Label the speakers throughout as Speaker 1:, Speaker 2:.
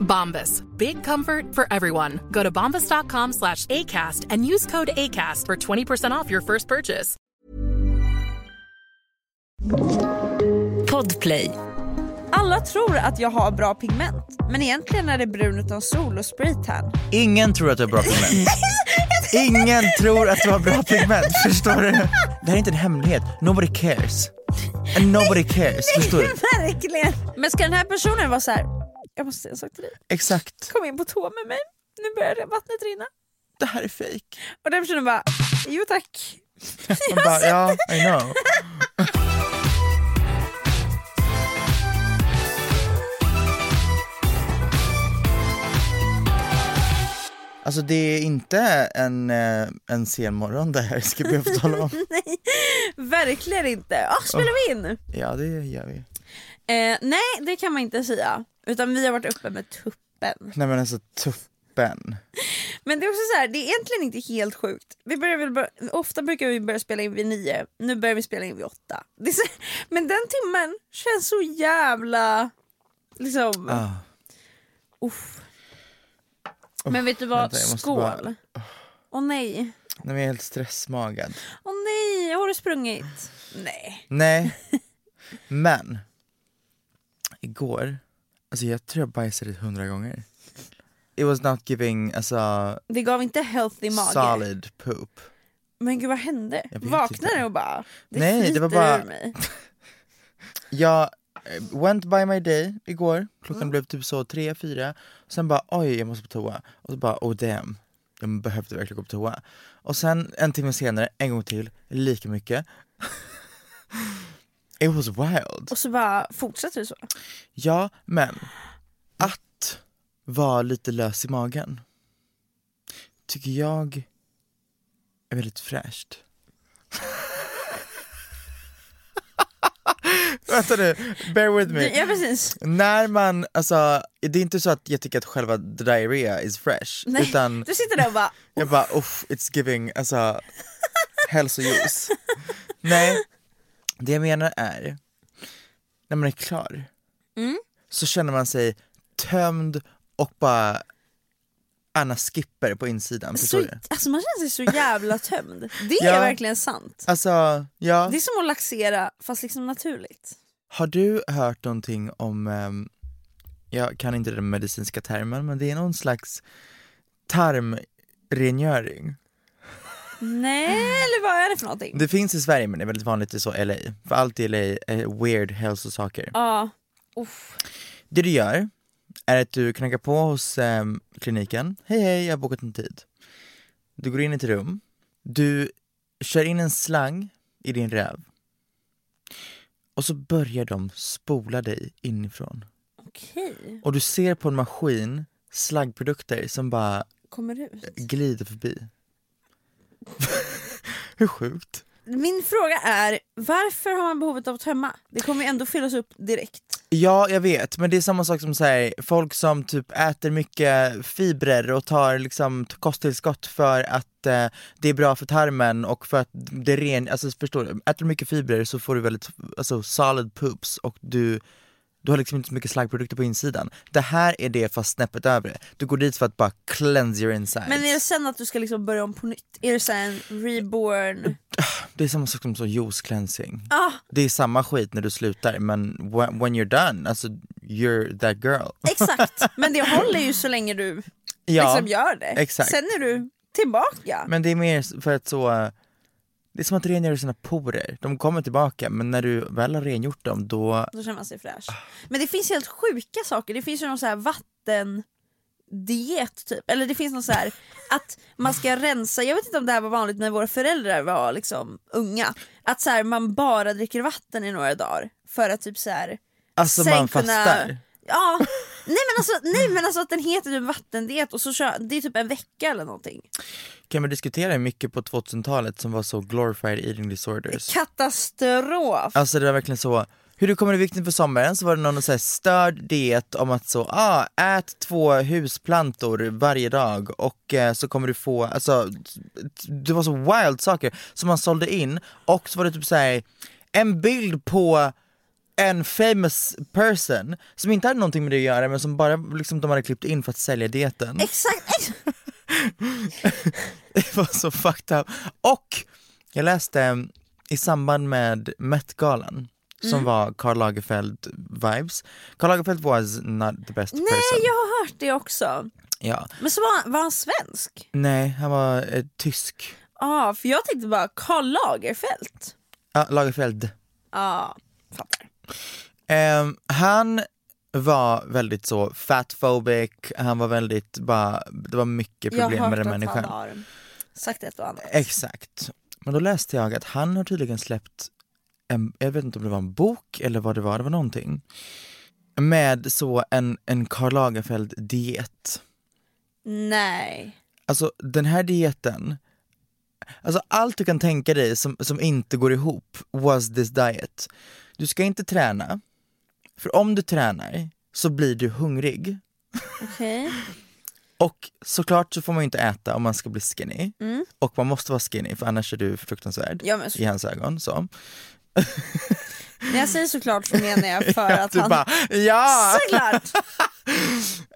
Speaker 1: Bombas. Big comfort for everyone. Go to bombas.com slash ACAST and use code ACAST for 20% off your first purchase.
Speaker 2: Podplay.
Speaker 3: Alla tror att jag har bra pigment, men egentligen är det brun utan sol och spraytan.
Speaker 4: Ingen tror att du har bra pigment. Ingen tror att du har bra pigment, förstår du? Det här är inte en hemlighet. Nobody cares. And nobody cares, förstår du?
Speaker 3: Verkligen! Men ska den här personen vara så här? jag måste säga en sak till dig,
Speaker 4: Exakt.
Speaker 3: kom in på tå med mig, nu börjar det vattnet rinna.
Speaker 4: Det här är fake.
Speaker 3: Och den personen bara, jo tack.
Speaker 4: Man bara, ja, I know. Alltså det är inte en, eh, en sen morgon det här ska vi tala om.
Speaker 3: Nej, verkligen inte. Ah, spelar vi in?
Speaker 4: Ja det gör vi.
Speaker 3: Eh, nej, det kan man inte säga. Utan vi har varit uppe med tuppen.
Speaker 4: Nej men alltså tuppen.
Speaker 3: Men det är också så här, det är egentligen inte helt sjukt. Vi börjar väl bör ofta brukar vi börja spela in vid nio, nu börjar vi spela in vid åtta. Det är så men den timmen känns så jävla... Liksom...
Speaker 4: Ah.
Speaker 3: Uff. Men vet du vad,
Speaker 4: vänta, jag måste
Speaker 3: skål! Åh
Speaker 4: bara-
Speaker 3: nej,
Speaker 4: Nej, men jag är helt stressmagad.
Speaker 3: åh nej, har du sprungit? Nej.
Speaker 4: Nej, men igår, alltså jag tror jag bajsade hundra gånger. It was not giving alltså,
Speaker 3: Det gav inte healthy mage.
Speaker 4: solid poop.
Speaker 3: Men gud vad hände?
Speaker 4: Jag vet
Speaker 3: Vaknade
Speaker 4: inte.
Speaker 3: du och bara, det
Speaker 4: Nej, det
Speaker 3: flyter
Speaker 4: var bara-
Speaker 3: ur mig.
Speaker 4: Jag eh, went by my day igår, klockan blev typ så tre, fyra. Sen bara oj jag måste på toa. Och så bara oh damn, jag behövde verkligen gå på toa. Och sen en timme senare, en gång till, lika mycket. It was wild.
Speaker 3: Och så bara fortsätter du så.
Speaker 4: Ja, men att vara lite lös i magen tycker jag är väldigt fräscht. Vänta nu, bear with me.
Speaker 3: Ja precis.
Speaker 4: När man, alltså, det är inte så att jag tycker att själva diarrhea is fresh,
Speaker 3: Nej,
Speaker 4: utan
Speaker 3: Du sitter där och bara,
Speaker 4: jag bara uff, it's giving, alltså hälsojuice. Nej, det jag menar är, när man är klar
Speaker 3: Mm.
Speaker 4: så känner man sig tömd och bara Anna Skipper på insidan, förstår
Speaker 3: så,
Speaker 4: du?
Speaker 3: alltså man känner sig så jävla tömd. Det är
Speaker 4: Ja.
Speaker 3: verkligen sant.
Speaker 4: Alltså, ja.
Speaker 3: Det är som att laxera fast liksom naturligt.
Speaker 4: Har du hört någonting om, ehm, jag kan inte den medicinska termen, men det är någon slags tarmrengöring.
Speaker 3: Nej,
Speaker 4: Mm.
Speaker 3: eller vad är det för någonting?
Speaker 4: Det finns i Sverige men det är väldigt vanligt i så LA, för allt i LA är weird hälsosaker.
Speaker 3: Ja, uff.
Speaker 4: Det du gör är att du knackar på hos ehm, kliniken. Hej hej, jag har bokat en tid. Du går in i ett rum. Du kör in en slang i din räv. Och så börjar de spola dig inifrån.
Speaker 3: okej.
Speaker 4: Och du ser på en maskin slaggprodukter som bara
Speaker 3: Kommer ut.
Speaker 4: glider förbi. Hur sjukt?
Speaker 3: Min fråga är, varför har man behovet av att tömma? Det kommer ju ändå fyllas upp direkt.
Speaker 4: Ja, jag vet, men det är samma sak som så här, folk som typ äter mycket fibrer och tar liksom t- kosttillskott för att eh, det är bra för tarmen och för att det ren, alltså förstår du, äter du mycket fibrer så får du väldigt, alltså solid poops och du du har liksom inte så mycket slaggprodukter på insidan. Det här är det fast snäppet över. Du går dit för att bara cleanse your insides.
Speaker 3: Men är det sen att du ska liksom börja om på nytt? Är det sen reborn?
Speaker 4: Det är samma sak som så juice cleansing.
Speaker 3: Ah,
Speaker 4: Det är samma skit när du slutar men when, when you're done, alltså you're that girl.
Speaker 3: exakt, men det håller ju så länge du liksom gör det.
Speaker 4: exakt.
Speaker 3: Sen är du tillbaka.
Speaker 4: Men det är mer för att så, det är som att rengöra sina porer, de kommer tillbaka men när du väl har rengjort dem då,
Speaker 3: Då känner man sig fräsch. Men det finns helt sjuka saker. Det finns ju någon så här vattendiet typ. Eller det finns någon så här att man ska rensa. Jag vet inte om det här var vanligt när våra föräldrar var liksom unga. Att så här, man bara dricker vatten i några dagar för att typ så här
Speaker 4: alltså
Speaker 3: sen
Speaker 4: man fastar.
Speaker 3: Kunna, ja, nej men, alltså, nej men alltså att den heter typ vattendiet och så kör, det är typ en vecka eller någonting.
Speaker 4: Kan vi diskutera hur mycket på 2000-talet som var så glorified eating disorders?
Speaker 3: Katastrof!
Speaker 4: Alltså det var verkligen så, hur du kommer i vikt inför sommaren så var det någon så här störd diet om att så, ah, ät två husplantor varje dag och eh, så kommer du få, alltså det var så wild saker som man sålde in och så var det typ så här en bild på en famous person som inte hade någonting med det att göra men som bara liksom de hade klippt in för att sälja dieten.
Speaker 3: Exakt! ex-
Speaker 4: Det var så fucked up. Och jag läste mm, i samband med Met-galan som
Speaker 3: Mm.
Speaker 4: var Karl Lagerfeld vibes. Karl Lagerfeld was not the best person.
Speaker 3: Nej jag har hört det också.
Speaker 4: Ja.
Speaker 3: Men så var, han- var han svensk?
Speaker 4: Nej, han var eh, tysk.
Speaker 3: Ja, för jag tänkte bara Karl Lagerfeld.
Speaker 4: Ah, Lagerfeld.
Speaker 3: Ja, fattar.
Speaker 4: Ehm, han var väldigt så fatphobic, han var väldigt bara, det var mycket
Speaker 3: Jag har
Speaker 4: problem med
Speaker 3: hört
Speaker 4: den
Speaker 3: att
Speaker 4: människan.
Speaker 3: han har sagt ett och annat.
Speaker 4: Exakt. Men då läste jag att han har tydligen släppt en, jag vet inte om det var en bok eller vad det var, det var någonting. Med så en, en Karl Lagerfeld-diet.
Speaker 3: Nej.
Speaker 4: Alltså den här dieten, alltså allt du kan tänka dig som, som inte går ihop was this diet. Du ska inte träna, för om du tränar så blir du hungrig.
Speaker 3: Okej.
Speaker 4: Och såklart så får man ju inte äta om man ska bli skinny. Och man måste vara skinny för annars är du fruktansvärd
Speaker 3: Mm. Ja, men så-
Speaker 4: i hans ögon. Så.
Speaker 3: När jag säger såklart så menar jag för att
Speaker 4: du
Speaker 3: han...
Speaker 4: bara, "Ah." ja!
Speaker 3: Såklart!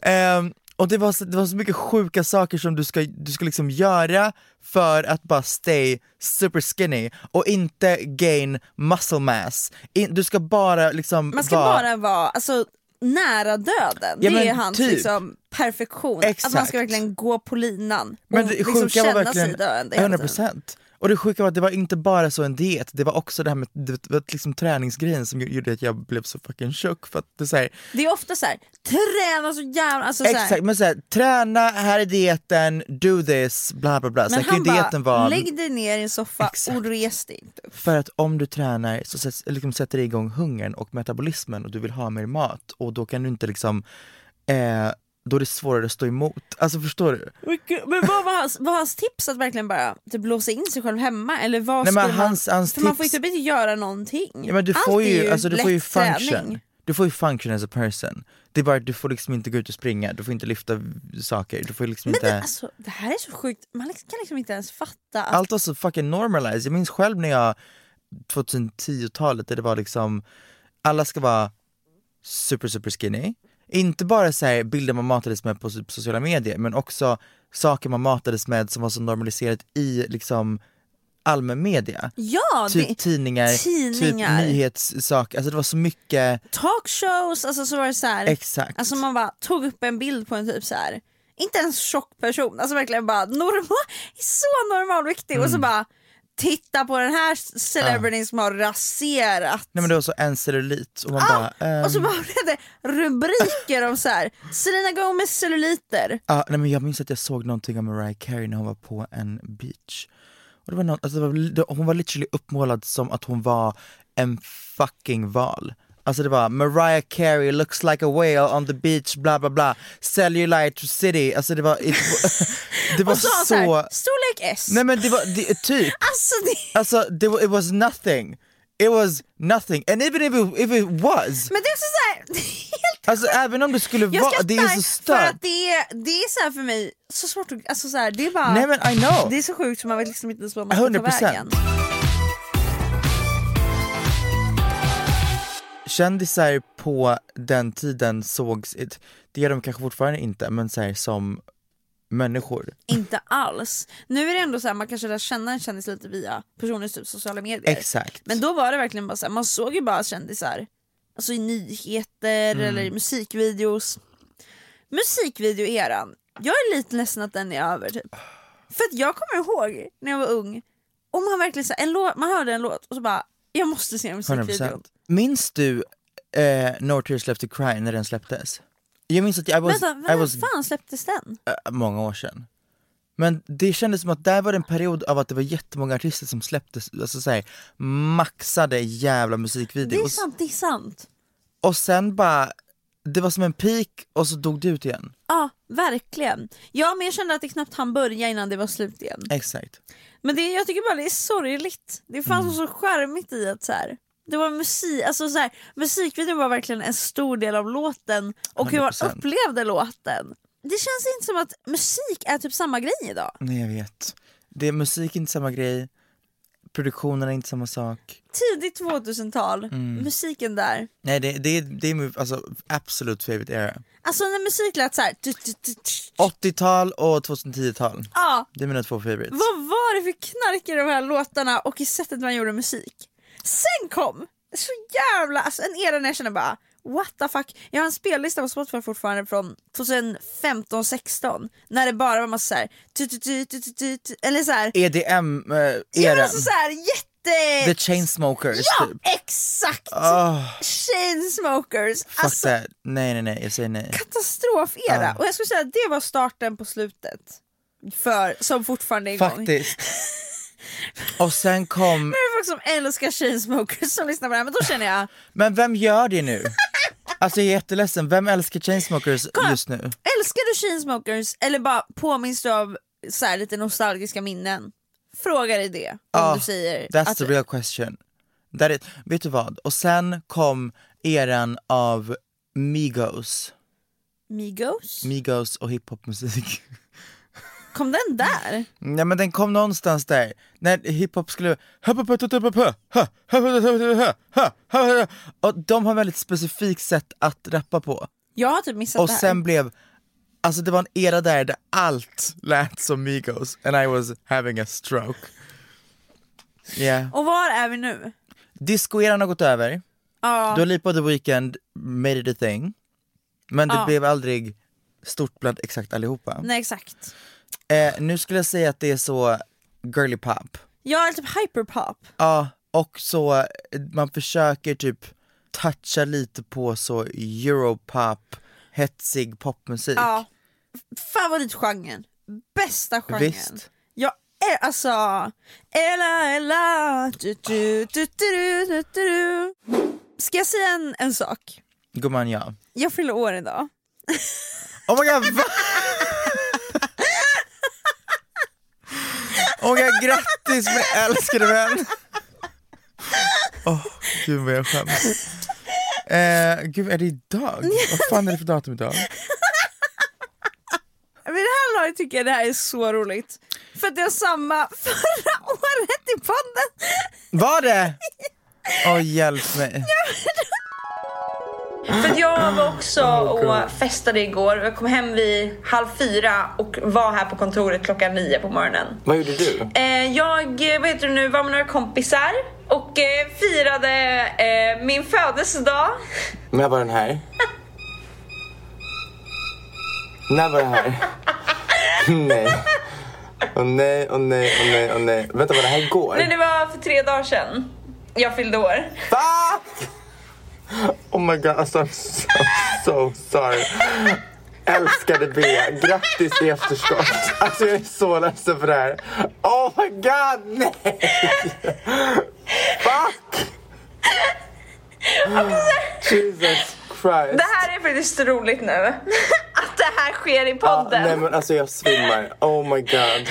Speaker 4: Ehm, och det var, så, det var så mycket sjuka saker som du ska, du ska liksom göra för att bara stay super skinny och inte gain muscle mass. In, du ska bara liksom
Speaker 3: Man ska
Speaker 4: vara-
Speaker 3: bara vara alltså, nära döden.
Speaker 4: Ja,
Speaker 3: det är ju
Speaker 4: men
Speaker 3: hans
Speaker 4: typ.
Speaker 3: liksom, perfektion. Att man
Speaker 4: Exakt.
Speaker 3: ska verkligen gå på linan och
Speaker 4: Men det
Speaker 3: liksom
Speaker 4: sjuka
Speaker 3: känna
Speaker 4: var verkligen
Speaker 3: sig döende hela
Speaker 4: 100
Speaker 3: tiden.
Speaker 4: procent. Och det sjuka var att det var inte bara så en diet, det var också det här med det var liksom träningsgrejen som gjorde att jag blev så fucking tjock för att det är så här,
Speaker 3: Det är ofta så här, träna så jävla... Alltså, så här.
Speaker 4: exakt, men så här, träna, här är dieten, do this, bla bla bla. Så
Speaker 3: Men
Speaker 4: här, kan
Speaker 3: han
Speaker 4: ju dieten
Speaker 3: bara,
Speaker 4: vara
Speaker 3: lägg dig ner i en soffa
Speaker 4: Alltså, Exakt.
Speaker 3: och res dig inte upp.
Speaker 4: för att om du tränar så sätts, liksom sätter det igång hungern och metabolismen och du vill ha mer mat och då kan du inte liksom, eh, då är det svårare att stå emot. Alltså förstår du?
Speaker 3: Men gud, men vad var hans, var hans tips att verkligen bara typ, låsa in sig själv hemma? Eller vad
Speaker 4: Nej, men
Speaker 3: skulle man,
Speaker 4: hans- hans
Speaker 3: för man får ju
Speaker 4: tips-
Speaker 3: typ inte göra någonting.
Speaker 4: Ja, men du
Speaker 3: Allt
Speaker 4: får
Speaker 3: är
Speaker 4: ju, alltså, du får ju
Speaker 3: lätt
Speaker 4: function.
Speaker 3: träning.
Speaker 4: Du får ju function as a person. Det är bara att du får liksom inte gå ut och springa, du får inte lyfta saker, du får liksom
Speaker 3: Men
Speaker 4: inte...
Speaker 3: det, alltså, det här är så sjukt, man liksom- kan liksom inte ens fatta att
Speaker 4: Allt var så fucking normalized. Jag minns själv när jag, 2010-talet, där det var liksom, alla ska vara super super skinny. Inte bara så här bilder man matades med på so- sociala medier, men också saker man matades med som var så normaliserat i liksom allmän media.
Speaker 3: ja, det,
Speaker 4: Typ tidningar,
Speaker 3: tidningar.
Speaker 4: typ nyhetssaker, alltså det var så mycket,
Speaker 3: talkshows, alltså så var det så här,
Speaker 4: exakt.
Speaker 3: alltså man bara tog upp en bild på en typ så här inte ens tjock person, alltså verkligen bara normal, så normalviktig och
Speaker 4: Mm.
Speaker 3: så bara titta på den här celebrityn som har raserat.
Speaker 4: Nej men det var så en cellulit och man
Speaker 3: Ah,
Speaker 4: bara ehm,
Speaker 3: och så bara blev det rubriker om så här Selena Gomez celluliter.
Speaker 4: ah, nej men jag minns att jag såg någonting av Mariah Carey när hon var på en beach. Och det var någon, alltså det var, li- hon var literally uppmålad som att hon var en fucking val. Alltså det var Mariah Carey looks like a whale on the beach bla bla bla cellulite city, alltså det var, it, det var
Speaker 3: Och så,
Speaker 4: så,
Speaker 3: så... så här, storlek S.
Speaker 4: nej men det var det, typ
Speaker 3: Alltså det,
Speaker 4: Alltså det, wa- it was nothing. It was nothing. And even if it, if it was,
Speaker 3: Men det är också såhär, det är helt
Speaker 4: alltså även om det skulle
Speaker 3: Jag
Speaker 4: vara,
Speaker 3: skrattar
Speaker 4: det är så
Speaker 3: för
Speaker 4: stört.
Speaker 3: att det är, det är så här för mig, så svårt att, alltså så här, det är bara,
Speaker 4: Nej men I know!
Speaker 3: det är så sjukt som man vet liksom inte ens vad man ska
Speaker 4: 100%.
Speaker 3: ta vägen.
Speaker 4: Kändisar på den tiden sågs, it- det gör de kanske fortfarande inte, men så här, som människor.
Speaker 3: Inte alls. Nu är det ändå så här, man kanske lär känna en kändis lite via personers typ sociala medier.
Speaker 4: Exakt.
Speaker 3: Men då var det verkligen bara så här, man såg ju bara kändisar alltså i nyheter
Speaker 4: Mm.
Speaker 3: eller i musikvideos. Musikvideoeran, jag är lite ledsen att den är över typ. För att jag kommer ihåg när jag var ung, om man verkligen så här, en låt, man hörde en låt och så bara jag måste se musikvideon.
Speaker 4: 100%. Minns du eh, No Tears Left To Cry när den släpptes? Jag minns att jag I was,
Speaker 3: Vänta,
Speaker 4: I
Speaker 3: när
Speaker 4: was
Speaker 3: fan släpptes den?
Speaker 4: eh, många år sedan. Men det kändes som att där var det en period av att det var jättemånga artister som släpptes, alltså så här, maxade jävla
Speaker 3: Det är
Speaker 4: musikvideos.
Speaker 3: sant, det är sant.
Speaker 4: Och sen bara, det var som en peak och så dog det ut igen.
Speaker 3: Ja, verkligen. Ja, men jag kände att det knappt hann börja innan det var slut igen.
Speaker 4: Exakt.
Speaker 3: Men det, jag tycker bara det är sorgligt. Det
Speaker 4: Mm.
Speaker 3: fanns något så charmigt i att så här, det var musik, alltså så här, musikvideon var verkligen en stor del av låten och hur man
Speaker 4: 100%.
Speaker 3: upplevde låten. Det känns inte som att musik är typ samma grej idag.
Speaker 4: Nej jag vet. Det är musik är inte samma grej, produktionen är inte samma sak.
Speaker 3: Tidigt 2000-tal,
Speaker 4: Mm.
Speaker 3: musiken där.
Speaker 4: Nej det, det, är- det är min alltså, absolut favorite era.
Speaker 3: Alltså när musik lät så här. tut, tut, tut, tut.
Speaker 4: 80-tal och 2010-tal.
Speaker 3: Ja,
Speaker 4: Det är mina två favorites.
Speaker 3: Ah. Vad var det för knark i de här låtarna och i sättet man gjorde musik? Sen kom så jävla, alltså en era när jag känner bara what the fuck. Jag har en spellista på Spotify fortfarande från 2015-16 när det bara var massa såhär, eller såhär, ja, men
Speaker 4: EDM-eran.
Speaker 3: alltså såhär jätte...
Speaker 4: E-, eh, The Chainsmokers
Speaker 3: Ja,
Speaker 4: typ.
Speaker 3: exakt!
Speaker 4: Oh,
Speaker 3: Chainsmokers!
Speaker 4: fuck
Speaker 3: Alltså
Speaker 4: that. Ah. Nej nej nej, jag säger nej.
Speaker 3: katastrofera! Och jag skulle säga att det var starten på slutet. För, som fortfarande är igång.
Speaker 4: Faktiskt. Och sen kom,
Speaker 3: Det är folk som älskar Chainsmokers som lyssnar på det här, men då känner jag
Speaker 4: men vem gör det nu? Alltså jag är jätteledsen, vem älskar Chainsmokers just nu?
Speaker 3: Älskar du Chainsmokers eller bara påminns du av så här, lite nostalgiska minnen? Fråga dig det om
Speaker 4: Ah,
Speaker 3: du säger
Speaker 4: That's
Speaker 3: att
Speaker 4: the real question. That is, vet du vad? Och sen kom eran av Migos,
Speaker 3: Migos?
Speaker 4: Migos och hiphopmusik.
Speaker 3: Kom den där?
Speaker 4: Nej men den kom någonstans där, när hiphop skulle... Och de har väldigt specifikt sätt att rappa på.
Speaker 3: Jag har typ missat
Speaker 4: Och
Speaker 3: det här.
Speaker 4: sen blev, alltså det var en era där, där allt lät som Migos and I was having a stroke. Yeah.
Speaker 3: Och var är vi nu?
Speaker 4: Discoeran har gått över, Dua Lipa och The Weeknd made it a thing. Men det blev aldrig stort bland exakt allihopa.
Speaker 3: Nej exakt.
Speaker 4: Eh, nu skulle jag säga att det är så girly pop.
Speaker 3: Jag är typ hyperpop.
Speaker 4: Ja, och så eh, man försöker typ toucha lite på så europop, hetsig popmusik.
Speaker 3: Ja. Favoritgenren. Bästa genren.
Speaker 4: Visst.
Speaker 3: Jag är alltså... Ella, Ella... Du, du, du, du, du, du. Ska jag säga en, en sak?
Speaker 4: Gumman ja.
Speaker 3: Jag fyller år idag.
Speaker 4: Oh my god! Va? Oh my god, grattis min älskade vän! Åh, gud vad jag skäms. Eh, gud, är det idag? Vad fan är det för datum idag?
Speaker 3: Vid det här laget tycker jag det här är så roligt. För att det är samma förra året i podden.
Speaker 4: Var det? Åh hjälp mig.
Speaker 3: För att jag var också
Speaker 2: Ah,
Speaker 3: och festade igår. Jag kom hem vid halv fyra och var här på kontoret klockan nio på morgonen.
Speaker 2: Vad gjorde du?
Speaker 3: Eh, jag eh, vad heter det nu, var med några kompisar och eh, firade eh, min födelsedag.
Speaker 2: När var den här? När var den här? Nej. Åh nej, åh nej, åh nej, åh nej. Vänta, var det här igår?
Speaker 3: Nej, det var för tre dagar sedan. Jag fyllde år.
Speaker 2: Va? Oh my god, alltså I'm so, so sorry. Älskade B, grattis i efterskott. Alltså jag är så ledsen för det här. Oh my god, nej! Fuck! Jesus Christ.
Speaker 3: Det här är faktiskt roligt nu. Att det här sker i
Speaker 2: Ja,
Speaker 3: podden.
Speaker 2: nej men alltså jag svimmar. Oh my god.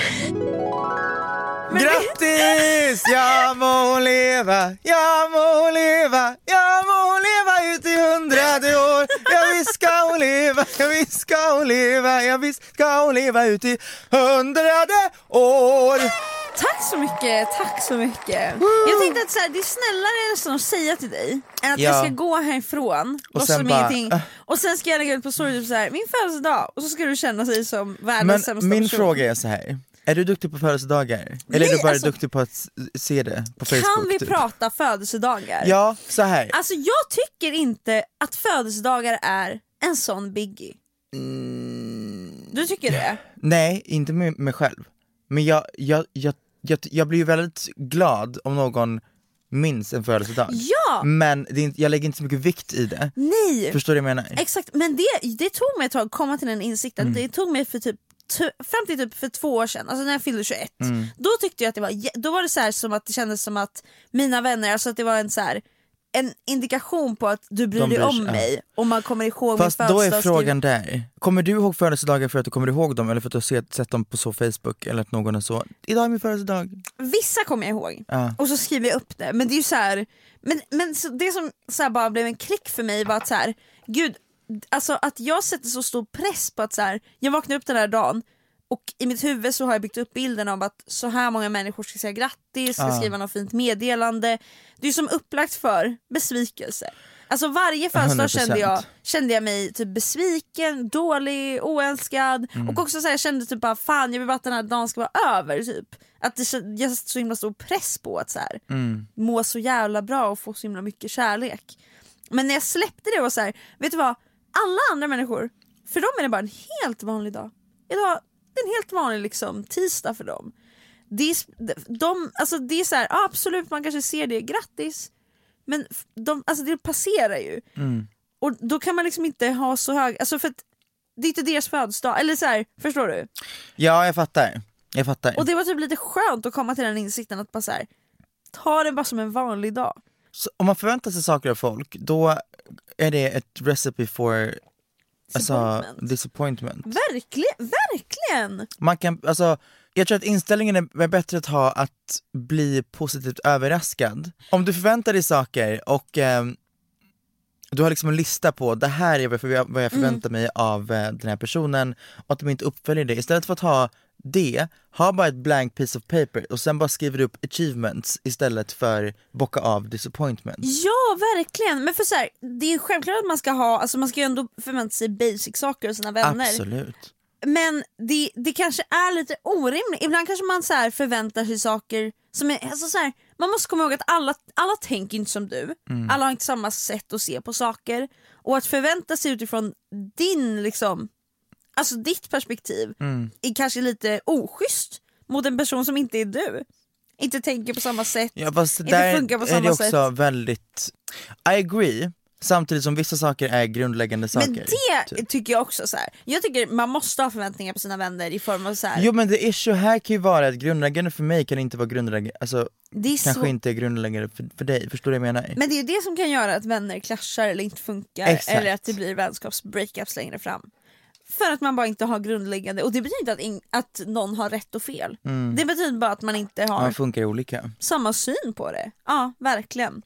Speaker 4: Grattis! Jag må hon leva, jag må hon leva, jag må hon leva ut i hundrade år. Jag visst ska hon leva, jag visst ska hon leva, jag visst ska hon leva ut i hundrade år.
Speaker 3: Tack så mycket, tack så mycket. Jag tänkte att så här, det är snällare nästan att säga till dig än att
Speaker 4: Ja.
Speaker 3: jag ska gå härifrån och,
Speaker 4: sen
Speaker 3: som
Speaker 4: bara,
Speaker 3: ingenting.
Speaker 4: äh.
Speaker 3: Och sen ska jag lägga ut på story typ så här, min födelsedag och så ska du känna dig som världens
Speaker 4: Men
Speaker 3: sämsta
Speaker 4: min
Speaker 3: person.
Speaker 4: fråga är så här. Är du duktig på födelsedagar? Eller är
Speaker 3: Nej,
Speaker 4: du bara
Speaker 3: alltså-
Speaker 4: duktig på att s- se det på Facebook?
Speaker 3: Kan vi
Speaker 4: typ?
Speaker 3: prata födelsedagar?
Speaker 4: Ja, så här.
Speaker 3: Alltså jag tycker inte att födelsedagar är en sån biggie.
Speaker 4: Mm.
Speaker 3: Du tycker det?
Speaker 4: Nej, inte med mig själv. Men jag, jag, jag, jag, jag blir ju väldigt glad om någon minns en födelsedag.
Speaker 3: Ja!
Speaker 4: Men det är, inte- jag lägger inte så mycket vikt i det.
Speaker 3: Nej!
Speaker 4: Förstår du vad jag menar?
Speaker 3: Exakt, men det, det tog mig ett tag att komma till den insikten.
Speaker 4: Mm.
Speaker 3: Det tog mig för typ, tu- fram till typ för två år sedan, alltså när jag fyllde 21.
Speaker 4: Mm.
Speaker 3: Då tyckte jag att det var, jä- då var det så här som att det kändes som att mina vänner, alltså att det var en så här en indikation på att du bryr
Speaker 4: De
Speaker 3: dig
Speaker 4: bryr
Speaker 3: om
Speaker 4: sig, ja.
Speaker 3: mig och man kommer ihåg
Speaker 4: Fast
Speaker 3: min
Speaker 4: då är
Speaker 3: födelsedagsskriv-
Speaker 4: frågan där. Kommer du ihåg födelsedagar för att du kommer ihåg dem eller för att du har sett, sett dem på så Facebook eller att någon har så “idag är min födelsedag”?
Speaker 3: Vissa kommer jag ihåg
Speaker 4: Ja.
Speaker 3: och så skriver jag upp det. Men det är ju så här, men, men så det som så här bara blev en klick för mig var att så här, gud, alltså att jag sätter så stor press på att så här, jag vaknar upp den här dagen och i mitt huvud så har jag byggt upp bilden av att så här många människor ska säga grattis, ska skriva något fint meddelande. Det är ju som upplagt för besvikelse. Alltså varje födelsedag
Speaker 4: 100%.
Speaker 3: kände jag, kände jag mig typ besviken, dålig, oälskad och också så här, jag kände typ bara fan jag vill bara att den här dagen ska vara över. Typ. Att det, kän- jag satte så himla stor press på att så här, må så jävla bra och få så himla mycket kärlek. Men när jag släppte det var så här, vet du vad? Alla andra människor, för dem är det bara en helt vanlig dag. Idag, det är en helt vanlig liksom, tisdag för dem. Det är, sp- de, alltså det är så här, ja, absolut man kanske ser det, grattis. Men f- de, alltså det passerar ju. Och då kan man liksom inte ha så hög, alltså för att det är inte deras födelsedag, eller så här, förstår du?
Speaker 4: Ja, jag fattar. Jag fattar.
Speaker 3: Och det var typ lite skönt att komma till den insikten att bara så här, ta det bara som en vanlig dag.
Speaker 4: Så om man förväntar sig saker av folk, då är det ett recipe for alltså,
Speaker 3: Disappointment.
Speaker 4: disappointment.
Speaker 3: Verkligen, verkligen!
Speaker 4: Man kan, alltså, jag tror att inställningen är är bättre att ha att bli positivt överraskad. Om du förväntar dig saker och ehm, du har liksom en lista på det här är vad jag- vad jag
Speaker 3: Mm.
Speaker 4: förväntar mig av eh, den här personen och att de inte uppföljer det. Istället för att ha det, ha bara ett blank piece of paper och sen bara skriver du upp achievements istället för bocka av disappointments.
Speaker 3: Ja, verkligen. Men för så här, det är självklart att man ska ha, alltså man ska ju ändå förvänta sig basic saker av sina vänner.
Speaker 4: Absolut.
Speaker 3: Men det, det kanske är lite orimligt. Ibland kanske man så här förväntar sig saker som är, alltså så här, man måste komma ihåg att alla, alla tänker inte som du.
Speaker 4: Mm.
Speaker 3: Alla har inte samma sätt att se på saker. Och att förvänta sig utifrån din liksom, alltså ditt perspektiv
Speaker 4: Mm.
Speaker 3: är kanske lite oschysst mot en person som inte är du. Inte tänker på samma sätt,
Speaker 4: Ja fast
Speaker 3: inte
Speaker 4: där
Speaker 3: funkar på
Speaker 4: är det
Speaker 3: samma
Speaker 4: också
Speaker 3: sätt.
Speaker 4: väldigt, I agree, samtidigt som vissa saker är grundläggande saker.
Speaker 3: Men det
Speaker 4: typ.
Speaker 3: tycker jag också så här. Jag tycker man måste ha förväntningar på sina vänner i form av så här.
Speaker 4: Jo men the issue här kan ju vara att grundläggande för mig kan inte vara grundläggande, alltså
Speaker 3: det är
Speaker 4: kanske
Speaker 3: så...
Speaker 4: inte är grundläggande för, för dig, förstår du vad jag menar?
Speaker 3: Men det är ju det som kan göra att vänner clashar eller inte funkar
Speaker 4: Exakt.
Speaker 3: eller att det blir vänskaps-breakups längre fram. För att man bara inte har grundläggande, och det betyder inte att, ing- att någon har rätt och fel. Det betyder bara att man inte har
Speaker 4: Mm. Man funkar olika.
Speaker 3: samma syn på det. Ja, verkligen.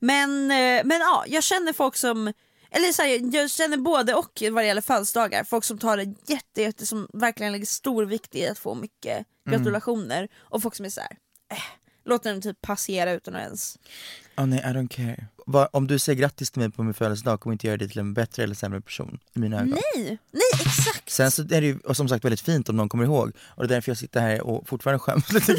Speaker 3: Men, eh, men ja, jag känner folk som, eller så här, jag känner både och vad det gäller födelsedagar, folk som tar det jätte, jätte som verkligen lägger stor vikt i att få mycket
Speaker 4: Mm.
Speaker 3: gratulationer och folk som är så här, äh, låter dem typ passera utan att ens...
Speaker 4: Åh nej I don't care. Va, om du säger grattis till mig på min födelsedag kommer inte göra dig till en bättre eller sämre person i mina ögon.
Speaker 3: Nej, nej exakt!
Speaker 4: Sen så är det ju och som sagt väldigt fint om någon kommer ihåg och det är därför jag sitter här och fortfarande skäms lite grann.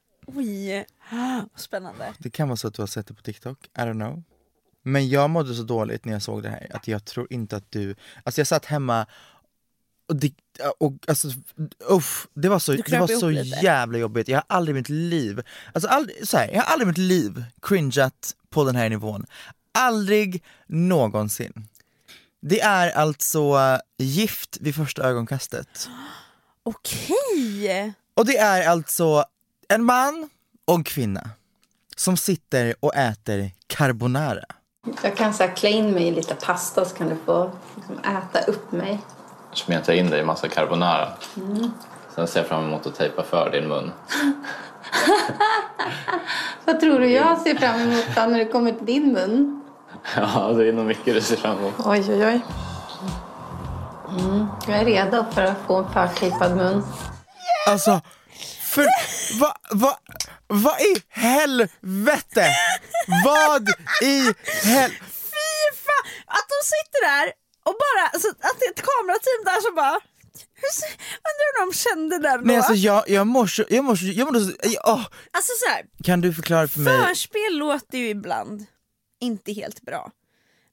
Speaker 3: Oj, Ah, vad spännande.
Speaker 4: Det kan vara så att du har sett det på TikTok, I don't know. Men jag mådde så dåligt när jag såg det här att jag tror inte att du, alltså jag satt hemma och, det, och alltså uff, det var så,
Speaker 3: Du
Speaker 4: det
Speaker 3: kröp
Speaker 4: var
Speaker 3: ihop
Speaker 4: så
Speaker 3: lite.
Speaker 4: jävla jobbigt. Jag har aldrig i mitt liv, alltså aldrig, så här, jag har aldrig i mitt liv cringeat på den här nivån. Aldrig någonsin. Det är alltså eh, Gift vid första ögonkastet.
Speaker 3: Okej!
Speaker 4: Och det är alltså en man och en kvinna som sitter och äter carbonara.
Speaker 5: Jag kan så här klä in mig i lite pasta så kan du få liksom, äta upp mig.
Speaker 6: Smeta in dig i massa carbonara.
Speaker 5: Mm.
Speaker 6: Sen ser jag fram emot att tejpa för din mun.
Speaker 5: Vad tror du jag ser fram emot då när det kommer till din mun?
Speaker 6: Ja, det är nog mycket du ser fram emot.
Speaker 5: Oj, oj, oj. Mm. Jag är redo för att få en förtejpad mun.
Speaker 4: Alltså, för vad va, va i helvete? Vad i hel...
Speaker 3: Fy fan! Att de sitter där och bara, alltså, att det är ett kamerateam där som bara hur ser- Undrar hur de kände där då?
Speaker 4: Nej alltså jag, jag mår så, jag mår så, jag mår så, jag- åh.
Speaker 3: Alltså så här,
Speaker 4: Kan du förklara för mig?
Speaker 3: förspel låter ju ibland inte helt bra.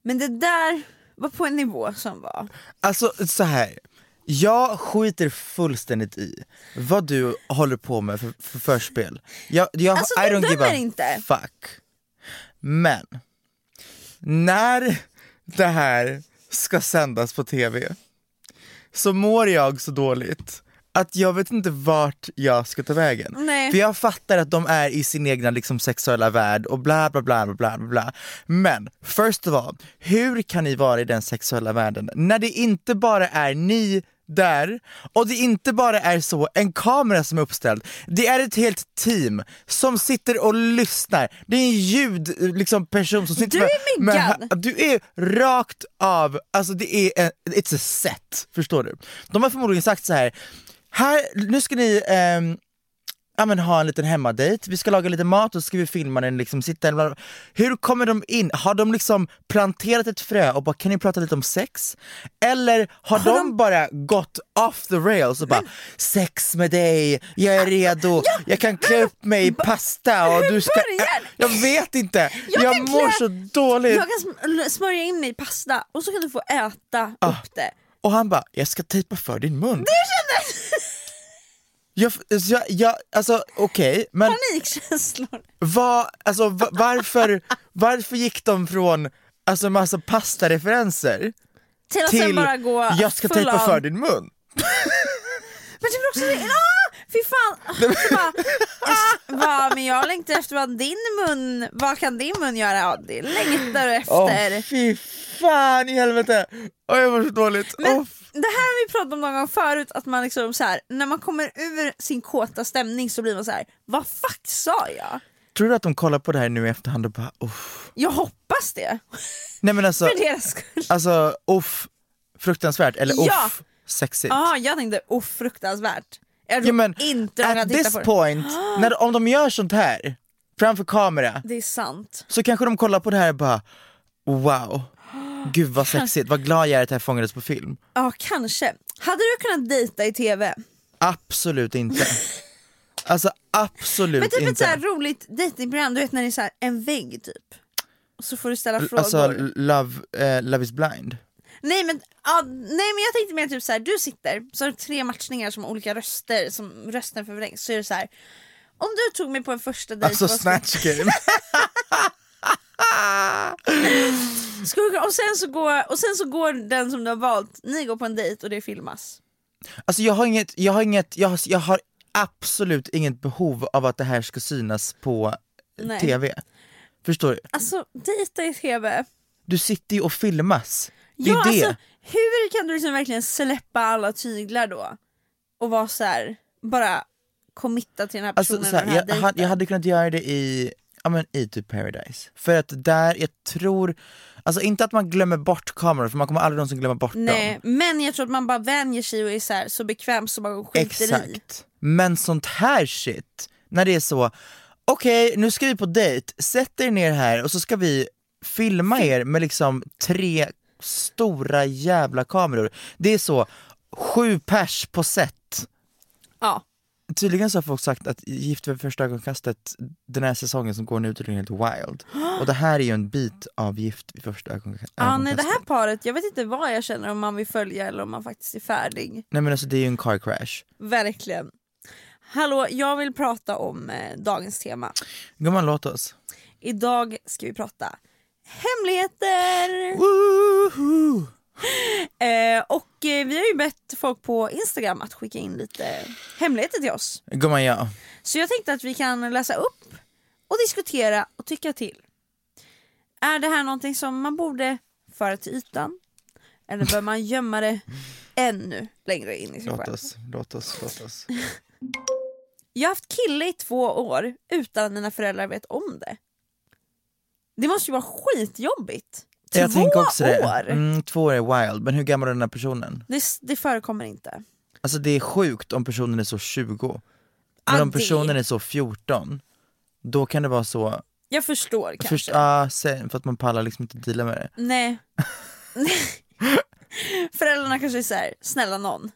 Speaker 3: Men det där var på en nivå som var...
Speaker 4: Alltså så här. jag skiter fullständigt i vad du håller på med för, för förspel. Jag, jag,
Speaker 3: Alltså,
Speaker 4: I
Speaker 3: de
Speaker 4: don't give a
Speaker 3: dömer inte.
Speaker 4: fuck. Men, när det här ska sändas på tv så mår jag så dåligt att jag vet inte vart jag ska ta vägen.
Speaker 3: Nej.
Speaker 4: För jag fattar att de är i sin egna liksom, sexuella värld och bla bla bla bla bla bla, bla. Men first of all, hur kan ni vara i den sexuella världen när det inte bara är ni där och det inte bara är så en kamera som är uppställd. Det är ett helt team som sitter och lyssnar. Det är en ljud liksom, person som sitter
Speaker 3: Du är
Speaker 4: med- med
Speaker 3: miggad.
Speaker 4: du är rakt av, alltså det är, en, it's a set, förstår du? De har förmodligen sagt så här, här nu ska ni ehm, ja, men ha en liten hemmadejt, vi ska laga lite mat och så ska vi filma den, liksom, sitta bla, bla. Hur kommer de in? Har de liksom planterat ett frö och bara kan ni prata lite om sex? Eller har, de, bara gått off the rails och bara sex med dig, jag är redo, jag kan klä upp mig i pasta och du ska... Jag vet inte, jag,
Speaker 3: kan
Speaker 4: mår
Speaker 3: klä-
Speaker 4: så dåligt!
Speaker 3: Jag kan sm- smörja in mig i pasta och så kan du få äta
Speaker 4: Ah.
Speaker 3: upp det.
Speaker 4: Och han bara, jag ska tejpa för din mun.
Speaker 3: Det kändes
Speaker 4: Jag, så jag, jag, alltså okej, men
Speaker 3: panikkänslor.
Speaker 4: vad, alltså, va, varför, varför gick de från alltså massa pastareferenser
Speaker 3: Till att sen bara gå
Speaker 4: jag ska
Speaker 3: full
Speaker 4: tejpa
Speaker 3: on.
Speaker 4: för din mun?
Speaker 3: Men det var också
Speaker 4: Mm.
Speaker 3: det, ah, fy fan! Så bara, ah, vad, men jag längtar efter vad din mun, vad kan din mun göra? Ja, det längtar du efter.
Speaker 4: Åh, fy fan i helvete! Åh jag mår så dåligt. Åh,
Speaker 3: Det här har vi pratat om någon gång förut, att man liksom så här, när man kommer ur sin kåta stämning så blir man så här: vad fuck sa jag?
Speaker 4: tror du att de kollar på det här nu i efterhand och bara uff.
Speaker 3: Jag hoppas det.
Speaker 4: Nej men alltså,
Speaker 3: För deras skull.
Speaker 4: alltså uff, fruktansvärt eller
Speaker 3: Ja.
Speaker 4: uff, sexigt.
Speaker 3: Ja, jag tänkte oh fruktansvärt. Jag
Speaker 4: Ja,
Speaker 3: tror
Speaker 4: men
Speaker 3: Alltså, inte de kan
Speaker 4: At
Speaker 3: titta
Speaker 4: this
Speaker 3: på det.
Speaker 4: point, när, om de gör sånt här framför kamera
Speaker 3: Det är sant.
Speaker 4: så kanske de kollar på det här och bara wow, gud vad sexigt, vad glad jag är att det här fångades på film.
Speaker 3: Ja, kanske. Hade du kunnat dejta i tv?
Speaker 4: Absolut inte. Alltså absolut
Speaker 3: Men typ
Speaker 4: inte.
Speaker 3: ett så här roligt dejtingprogram, du vet när det är så här en vägg typ. Och så får du ställa frågor.
Speaker 4: Alltså love, eh, love is blind.
Speaker 3: Nej men, ja, nej men jag tänkte mer typ så här, du sitter, så har du tre matchningar som har olika röster, som rösten förvrängs, så är det så här. Om du tog mig på en första dejt
Speaker 4: Alltså
Speaker 3: vad skulle-
Speaker 4: snatch game.
Speaker 3: skulle- och, sen så går, och sen så går den som du har valt, ni går på en dejt och det filmas.
Speaker 4: Alltså jag har inget, jag har inget, jag har, jag har absolut inget behov av att det här ska synas på
Speaker 3: Nej.
Speaker 4: TV. Förstår du?
Speaker 3: Alltså dejta i TV.
Speaker 4: Du sitter ju och filmas. Det är
Speaker 3: Ja,
Speaker 4: det.
Speaker 3: alltså, hur kan du liksom verkligen släppa alla tyglar då? Och vara så här, bara committa till den här personen
Speaker 4: Alltså, så här,
Speaker 3: och den här
Speaker 4: jag, ha-
Speaker 3: dejten.
Speaker 4: jag hade kunnat göra det i, ja, men, i typ Paradise. För att där, jag tror, alltså inte att man glömmer bort kameror för man kommer aldrig någonsin glömma bort dem.
Speaker 3: Nej, men jag tror att man bara vänjer sig och är så, här, så bekväm så man skiter i.
Speaker 4: Exakt. Men sånt här shit, när det är så, okej nu ska vi på dejt, sätt er ner här och så ska vi filma er med liksom tre stora jävla kameror. Det är så, sju pers på set.
Speaker 3: Ja.
Speaker 4: Tydligen så har folk sagt att Gift vid första ögonkastet, den här säsongen som går nu tydligen helt wild. Och det här är ju en bit av Gift vid första ögonka- ögonkastet.
Speaker 3: Ja, Ah, nej, det här paret, jag vet inte vad jag känner om man vill följa eller om man faktiskt är färdig.
Speaker 4: Nej men alltså det är ju en car crash.
Speaker 3: Verkligen. Hallå, jag vill prata om eh, dagens tema.
Speaker 4: Gumman låt oss.
Speaker 3: Idag ska vi prata hemligheter! Eh, och eh, vi har ju bett folk på Instagram att skicka in lite hemligheter till oss.
Speaker 4: Gumman ja.
Speaker 3: Så jag tänkte att vi kan läsa upp och diskutera och tycka till. Är det här någonting som man borde föra till ytan? Eller bör man gömma det ännu längre in i sig
Speaker 4: Låt
Speaker 3: själv?
Speaker 4: oss, låt oss, låt oss.
Speaker 3: Jag har haft kille i två år utan att mina föräldrar vet om det. Det måste ju vara skitjobbigt. Två
Speaker 4: jag tänker också det.
Speaker 3: år!
Speaker 4: Mm, två år är wild, men hur gammal är den här personen?
Speaker 3: Det, det förekommer inte.
Speaker 4: Alltså det är sjukt om personen är så 20. Men
Speaker 3: Ja,
Speaker 4: om
Speaker 3: det-
Speaker 4: personen är så 14, då kan det vara så,
Speaker 3: Jag förstår kanske.
Speaker 4: först, ah, sen, för att man pallar liksom inte deala med det.
Speaker 3: Nej. Föräldrarna kanske är såhär, snälla någon,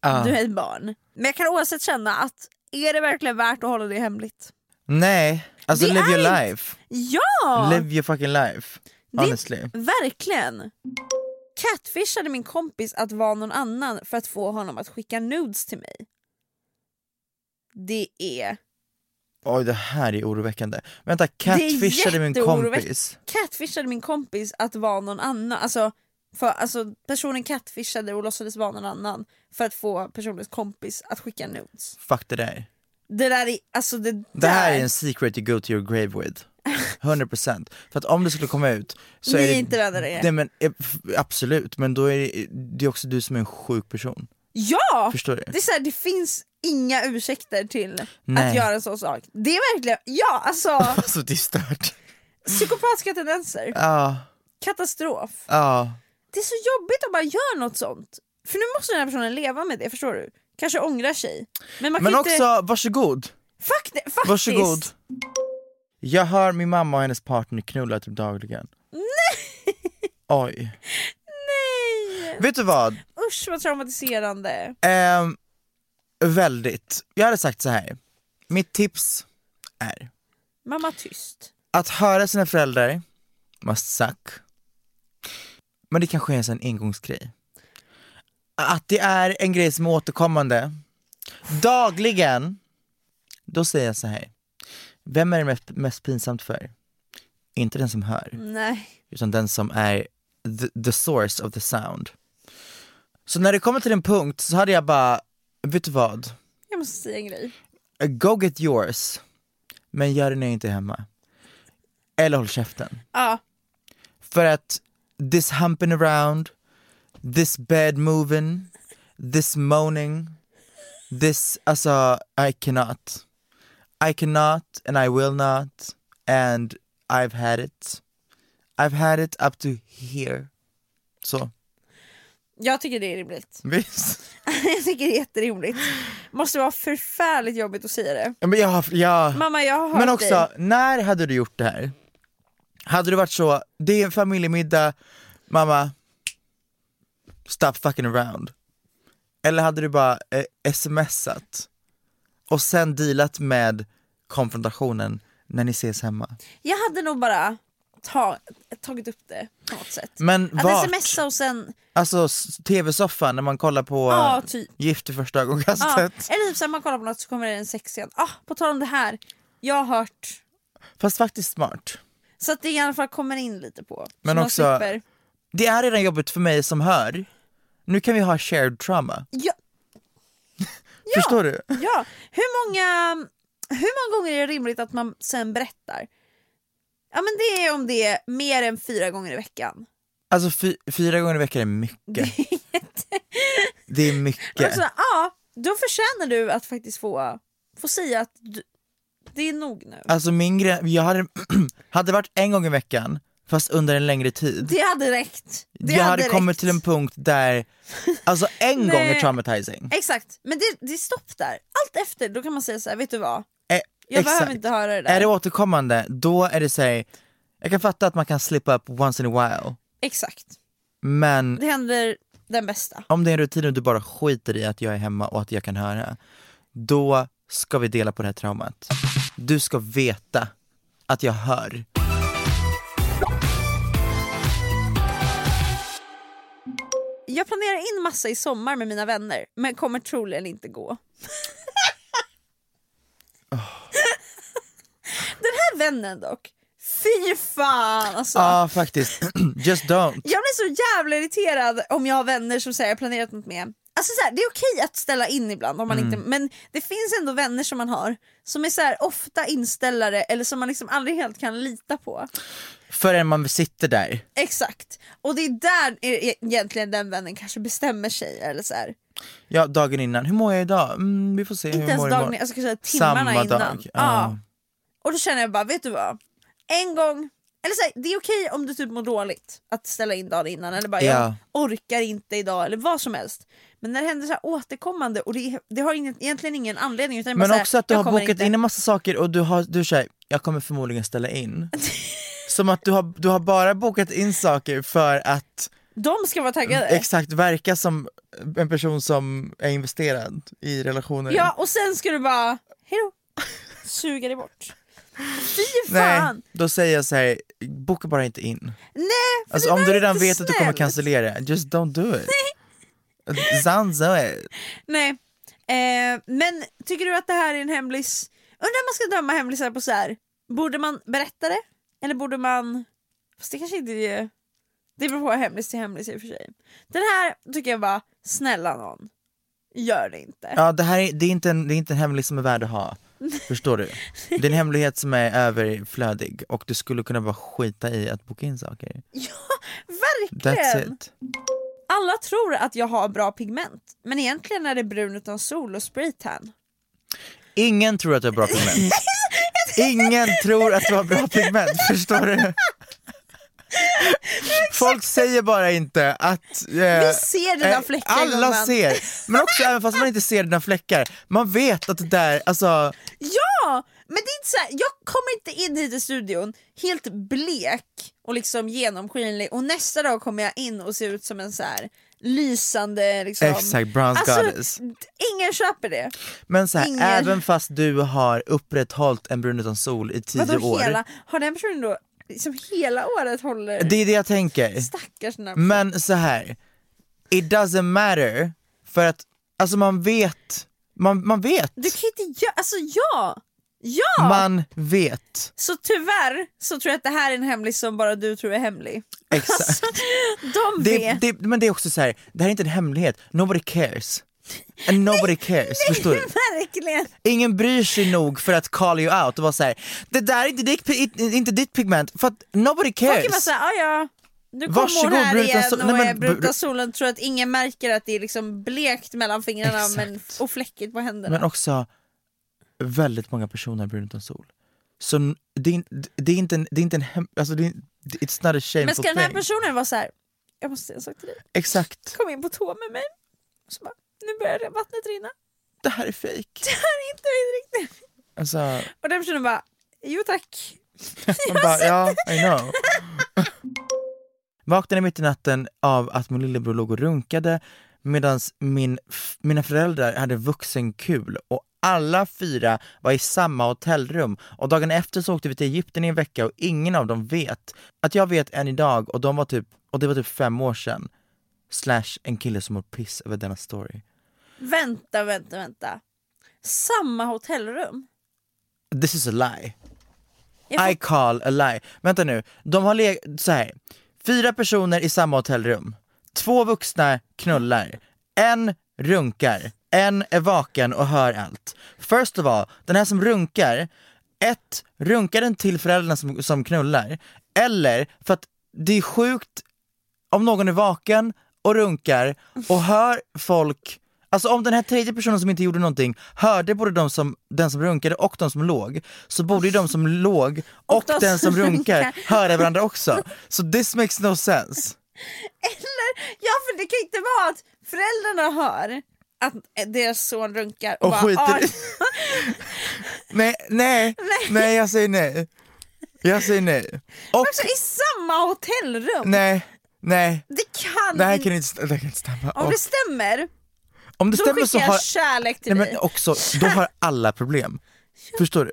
Speaker 4: Ah.
Speaker 3: du är ett barn. Men jag kan oavsett känna att är det verkligen värt att hålla det hemligt?
Speaker 4: Nej, alltså
Speaker 3: Det
Speaker 4: live
Speaker 3: är
Speaker 4: your
Speaker 3: inte-
Speaker 4: life.
Speaker 3: Ja!
Speaker 4: Live your fucking life.
Speaker 3: är-
Speaker 4: Honestly.
Speaker 3: Verkligen! Catfishade min kompis att vara någon annan för att få honom att skicka nudes till mig. Det är...
Speaker 4: Oj det här är oroväckande. Vänta,
Speaker 3: det är
Speaker 4: catfishade min
Speaker 3: jätteoroväck-
Speaker 4: kompis.
Speaker 3: Catfishade min kompis att vara någon annan. Alltså, för, alltså personen catfishade och låtsades vara någon annan för att få personens kompis att skicka nudes.
Speaker 4: Fuck det där.
Speaker 3: Det där är, alltså det där.
Speaker 4: Det här är en secret you go to your grave with. 100% För att om det skulle komma ut så
Speaker 3: Ni
Speaker 4: är det,
Speaker 3: är inte vänner längre.
Speaker 4: Nej men eh, f- absolut, men då är det, det är också du som är en sjuk person
Speaker 3: Ja!
Speaker 4: Förstår du?
Speaker 3: Det, är så här, det finns inga ursäkter till att
Speaker 4: Nej.
Speaker 3: göra en sån sak. Det är verkligen, ja alltså
Speaker 4: Alltså det är stört
Speaker 3: psykopatiska tendenser.
Speaker 4: Ja,
Speaker 3: Katastrof.
Speaker 4: ja
Speaker 3: Det är så jobbigt om man gör något sånt. För nu måste den här personen leva med det, förstår du? Kanske ångrar sig. Men man
Speaker 4: Men
Speaker 3: kan
Speaker 4: också,
Speaker 3: inte...
Speaker 4: varsågod!
Speaker 3: Fakt, faktiskt!
Speaker 4: Varsågod! Jag hör min mamma och hennes partner knulla typ dagligen Nej! Oj Nej! Vet du vad?
Speaker 3: Usch vad traumatiserande.
Speaker 4: Ehm, väldigt, jag hade sagt så här. mitt tips är
Speaker 3: Mamma tyst.
Speaker 4: Att höra sina föräldrar must suck. Men det kanske är en sån engångsgrej. Att det är en grej som är återkommande. Dagligen. Då säger jag så här. Vem är det mest, mest pinsamt för? Inte den som hör
Speaker 3: Nej.
Speaker 4: utan den som är the, the source of the sound. Så när det kommer till en punkt så hade jag bara, vet du vad?
Speaker 3: Jag måste säga en grej.
Speaker 4: Go get yours, men gör det när jag inte är hemma. Eller håll käften.
Speaker 3: Ja.
Speaker 4: För att this humping around, this bed moving, this moaning, this, alltså I cannot. I cannot and I will not and I've had it. I've had it up to here. Så,
Speaker 3: Jag tycker det är rimligt.
Speaker 4: visst.
Speaker 3: jag tycker det är jätterimligt. Måste vara förfärligt jobbigt att säga det.
Speaker 4: Ja, Men jag har, jag...
Speaker 3: Mamma jag har hört
Speaker 4: Men också,
Speaker 3: dig.
Speaker 4: när hade du gjort det här? Hade du varit så, det är en familjemiddag, mamma, stop fucking around. Eller hade du bara eh, smsat och sen dealat med konfrontationen när ni ses hemma?
Speaker 3: Jag hade nog bara ta, tagit upp det på något sätt.
Speaker 4: Men
Speaker 3: att
Speaker 4: vart?
Speaker 3: smsa och sen...
Speaker 4: Alltså s- tv-soffan när man kollar på
Speaker 3: Ja,
Speaker 4: eh,
Speaker 3: typ.
Speaker 4: Gift i första
Speaker 3: Ja,
Speaker 4: ögonkastet.
Speaker 3: eller typ såhär, man kollar på något så kommer det en sexscen. Ah, på tal om det här, jag har hört.
Speaker 4: Fast faktiskt smart.
Speaker 3: Så att det i alla fall kommer in lite på.
Speaker 4: Men
Speaker 3: så man
Speaker 4: också-
Speaker 3: slipper-
Speaker 4: Det är redan jobbigt för mig som hör. Nu kan vi ha shared trauma.
Speaker 3: Ja,
Speaker 4: Förstår du?
Speaker 3: ja. Hur, många, hur många gånger är det rimligt att man sen berättar? Ja men det är om det är mer än fyra gånger i veckan.
Speaker 4: Alltså fy, fyra gånger i veckan är mycket. Det är
Speaker 3: Men
Speaker 4: mycket.
Speaker 3: också, Alltså, ja, då förtjänar du att faktiskt få, få säga att du, det är nog nu.
Speaker 4: Alltså min grej, jag hade, hade varit en gång i veckan fast under en längre tid.
Speaker 3: Det hade räckt. Det
Speaker 4: jag
Speaker 3: hade
Speaker 4: hade
Speaker 3: räckt.
Speaker 4: kommit till en punkt där, alltså en gång är
Speaker 3: Nej.
Speaker 4: traumatizing.
Speaker 3: Exakt, men det, det är stopp där. Allt efter, då kan man säga så här, vet du vad?
Speaker 4: Eh,
Speaker 3: Jag
Speaker 4: exakt.
Speaker 3: behöver inte höra det där.
Speaker 4: Är det återkommande, då är det såhär, jag kan fatta att man kan slippa upp once in a while,
Speaker 3: Exakt,
Speaker 4: men
Speaker 3: det händer den bästa.
Speaker 4: om det är en rutin och du bara skiter i att jag är hemma och att jag kan höra, då ska vi dela på det här traumat. Du ska veta att jag hör.
Speaker 3: Jag planerar in massa i sommar med mina vänner, men kommer troligen inte gå. Den här vännen dock, fy fan alltså.
Speaker 4: Ja, faktiskt. Just don't.
Speaker 3: Jag blir så jävla irriterad om jag har vänner som säger jag har planerat något med. Alltså så här, det är okej att ställa in ibland om man
Speaker 4: Mm.
Speaker 3: inte, men det finns ändå vänner som man har som är så här, ofta inställare eller som man liksom aldrig helt kan lita på.
Speaker 4: Förrän man sitter där.
Speaker 3: Exakt. Och det är där e- egentligen den vännen kanske bestämmer sig eller så här.
Speaker 4: Ja, dagen innan. Hur mår jag idag? Mm, vi får se hur
Speaker 3: Inte
Speaker 4: jag mår
Speaker 3: ens dagen,
Speaker 4: imorgon.
Speaker 3: jag skulle säga timmarna
Speaker 4: Samma
Speaker 3: innan.
Speaker 4: dag.
Speaker 3: Ja. Och då känner jag bara, vet du vad? En gång, eller så här, det är okej om du typ mår dåligt att ställa in dagen innan eller bara
Speaker 4: Ja.
Speaker 3: jag orkar inte idag eller vad som helst. Men när det händer så här återkommande och det, det har ingen, egentligen ingen anledning. Utan det är bara
Speaker 4: Men
Speaker 3: så här,
Speaker 4: också att du
Speaker 3: jag
Speaker 4: har
Speaker 3: kommer
Speaker 4: bokat
Speaker 3: inte.
Speaker 4: in en massa saker och du har, du säger, jag kommer förmodligen ställa in. Som att du har, du har bara bokat in saker för att
Speaker 3: De ska vara taggade.
Speaker 4: exakt verka som en person som är investerad i relationer.
Speaker 3: Ja och sen ska du bara, hejdå, suga dig bort. Fy
Speaker 4: Nej,
Speaker 3: fan!
Speaker 4: då säger jag så här, boka bara inte in.
Speaker 3: Nej, för
Speaker 4: Alltså
Speaker 3: det
Speaker 4: om
Speaker 3: där
Speaker 4: du
Speaker 3: är
Speaker 4: redan
Speaker 3: inte
Speaker 4: vet att du kommer
Speaker 3: snällt.
Speaker 4: cancellera, just don't do it. Zanzo it.
Speaker 3: Nej. Eh, men tycker du att det här är en hemlis? Undrar om man ska döma hemlisar på så här. Borde man berätta det? Eller borde man... Fast det kanske inte är... Det beror på hemlis till hemlis i och för sig. Den här tycker jag bara, snälla någon. Gör det inte.
Speaker 4: Ja, det här är, det är, inte en, det är inte en hemlighet som är värd att ha. Förstår du? Det är en hemlighet som är överflödig och du skulle kunna bara skita i att boka in saker. That's
Speaker 3: Verkligen!
Speaker 4: it.
Speaker 3: Alla tror att jag har bra pigment, men egentligen är det brun utan sol och spraytan.
Speaker 4: Ingen tror att du har bra pigment. Ingen tror att du har bra pigment, förstår du? Folk säger bara inte att... eh,
Speaker 3: Vi ser dina
Speaker 4: eh,
Speaker 3: fläckar,
Speaker 4: Alla
Speaker 3: gumman.
Speaker 4: ser! Men också även fast man inte ser dina fläckar, man vet att det där, alltså...
Speaker 3: Ja! Men det är inte så här, jag kommer inte in hit i studion helt blek och liksom genomskinlig och nästa dag kommer jag in och ser ut som en så här lysande liksom.
Speaker 4: Exakt, bronze goddess.
Speaker 3: d- Ingen köper det.
Speaker 4: Men så här,
Speaker 3: Ingen-
Speaker 4: även fast du har upprätthållit en brun utan sol i tio
Speaker 3: Vadå
Speaker 4: år.
Speaker 3: hela? Har den personen då liksom hela året håller
Speaker 4: Det är det jag tänker.
Speaker 3: stackars den här
Speaker 4: Men så här, it doesn't matter, för att alltså man vet, man, man vet,
Speaker 3: Du kan ju inte göra, alltså ja! Ja!
Speaker 4: man vet.
Speaker 3: Så tyvärr så tror jag att det här är en hemlig som bara du tror är hemlig.
Speaker 4: Exakt.
Speaker 3: De
Speaker 4: Det,
Speaker 3: Alltså, vet.
Speaker 4: det, men det är också så här, det här är inte en hemlighet, nobody cares. And nobody cares, förstår du?
Speaker 3: Verkligen.
Speaker 4: Ingen bryr sig nog för att call you out och vara så här. det där är inte ditt, pi- inte ditt pigment, för att nobody
Speaker 3: Folk är bara
Speaker 4: cares.
Speaker 3: såhär, "Ah, ja nu kommer
Speaker 4: Varsågod,
Speaker 3: hon här
Speaker 4: brun utan
Speaker 3: igen
Speaker 4: sol."
Speaker 3: och
Speaker 4: Nej,
Speaker 3: är
Speaker 4: men-
Speaker 3: brun utan solen och tror att ingen märker att det är liksom blekt mellan fingrarna
Speaker 4: Exakt.
Speaker 3: men, och fläckigt på händerna.
Speaker 4: Men också väldigt många personer är brun utan sol. Så n- det är, in- det är inte en, det är inte en hem, alltså det är, it's not a shameful
Speaker 3: Men ska den här
Speaker 4: thing.
Speaker 3: personen vara så här: jag måste säga en sak till dig,
Speaker 4: Exakt,
Speaker 3: kom in på tå med mig, och så bara, nu börjar det- vattnet rinna.
Speaker 4: det här är fake.
Speaker 3: Det här är inte min riktigt.
Speaker 4: Alltså,
Speaker 3: Och den personen bara, jo tack.
Speaker 4: man bara, ja, I know. Vaknade mitt i natten av att min lillebror låg och runkade Medan min, f- mina föräldrar hade vuxenkul och alla fyra var i samma hotellrum och dagen efter så åkte vi till Egypten i en vecka och ingen av dem vet. Att jag vet än idag och, de var typ, och det var typ fem år sedan. Slash en kille som mår piss över denna story.
Speaker 3: Vänta, vänta, vänta. Samma hotellrum?
Speaker 4: This is a lie.
Speaker 3: Jag får-
Speaker 4: I call a lie. Vänta nu, de har legat så här. fyra personer i samma hotellrum, två vuxna knullar, en runkar, en är vaken och hör allt. First of all, den här som runkar, ett, runkar den till föräldrarna som, som knullar, eller för att det är sjukt om någon är vaken och runkar och hör folk Alltså om den här tredje personen som inte gjorde någonting hörde både de som, den som runkade och de som låg, så borde ju de som låg och,
Speaker 3: de
Speaker 4: den som
Speaker 3: som
Speaker 4: runkar,
Speaker 3: runkar.
Speaker 4: höra varandra också. Så this makes no sense.
Speaker 3: Eller? Ja, för det kan inte vara att föräldrarna hör att deras son runkar och,
Speaker 4: Och
Speaker 3: bara,
Speaker 4: skiter
Speaker 3: "Ah,
Speaker 4: i- Nej, nej, nej jag säger nej. Jag säger nej. Och
Speaker 3: Också Alltså, i samma hotellrum?
Speaker 4: nej, nej.
Speaker 3: Det kan
Speaker 4: Det här
Speaker 3: inte-
Speaker 4: kan inte, det här kan inte stämma.
Speaker 3: Om
Speaker 4: Och-
Speaker 3: det stämmer,
Speaker 4: Om det
Speaker 3: då
Speaker 4: stämmer
Speaker 3: skickar
Speaker 4: så
Speaker 3: jag
Speaker 4: har...
Speaker 3: kärlek till
Speaker 4: Nej,
Speaker 3: dig.
Speaker 4: men också, då har alla problem. Förstår du?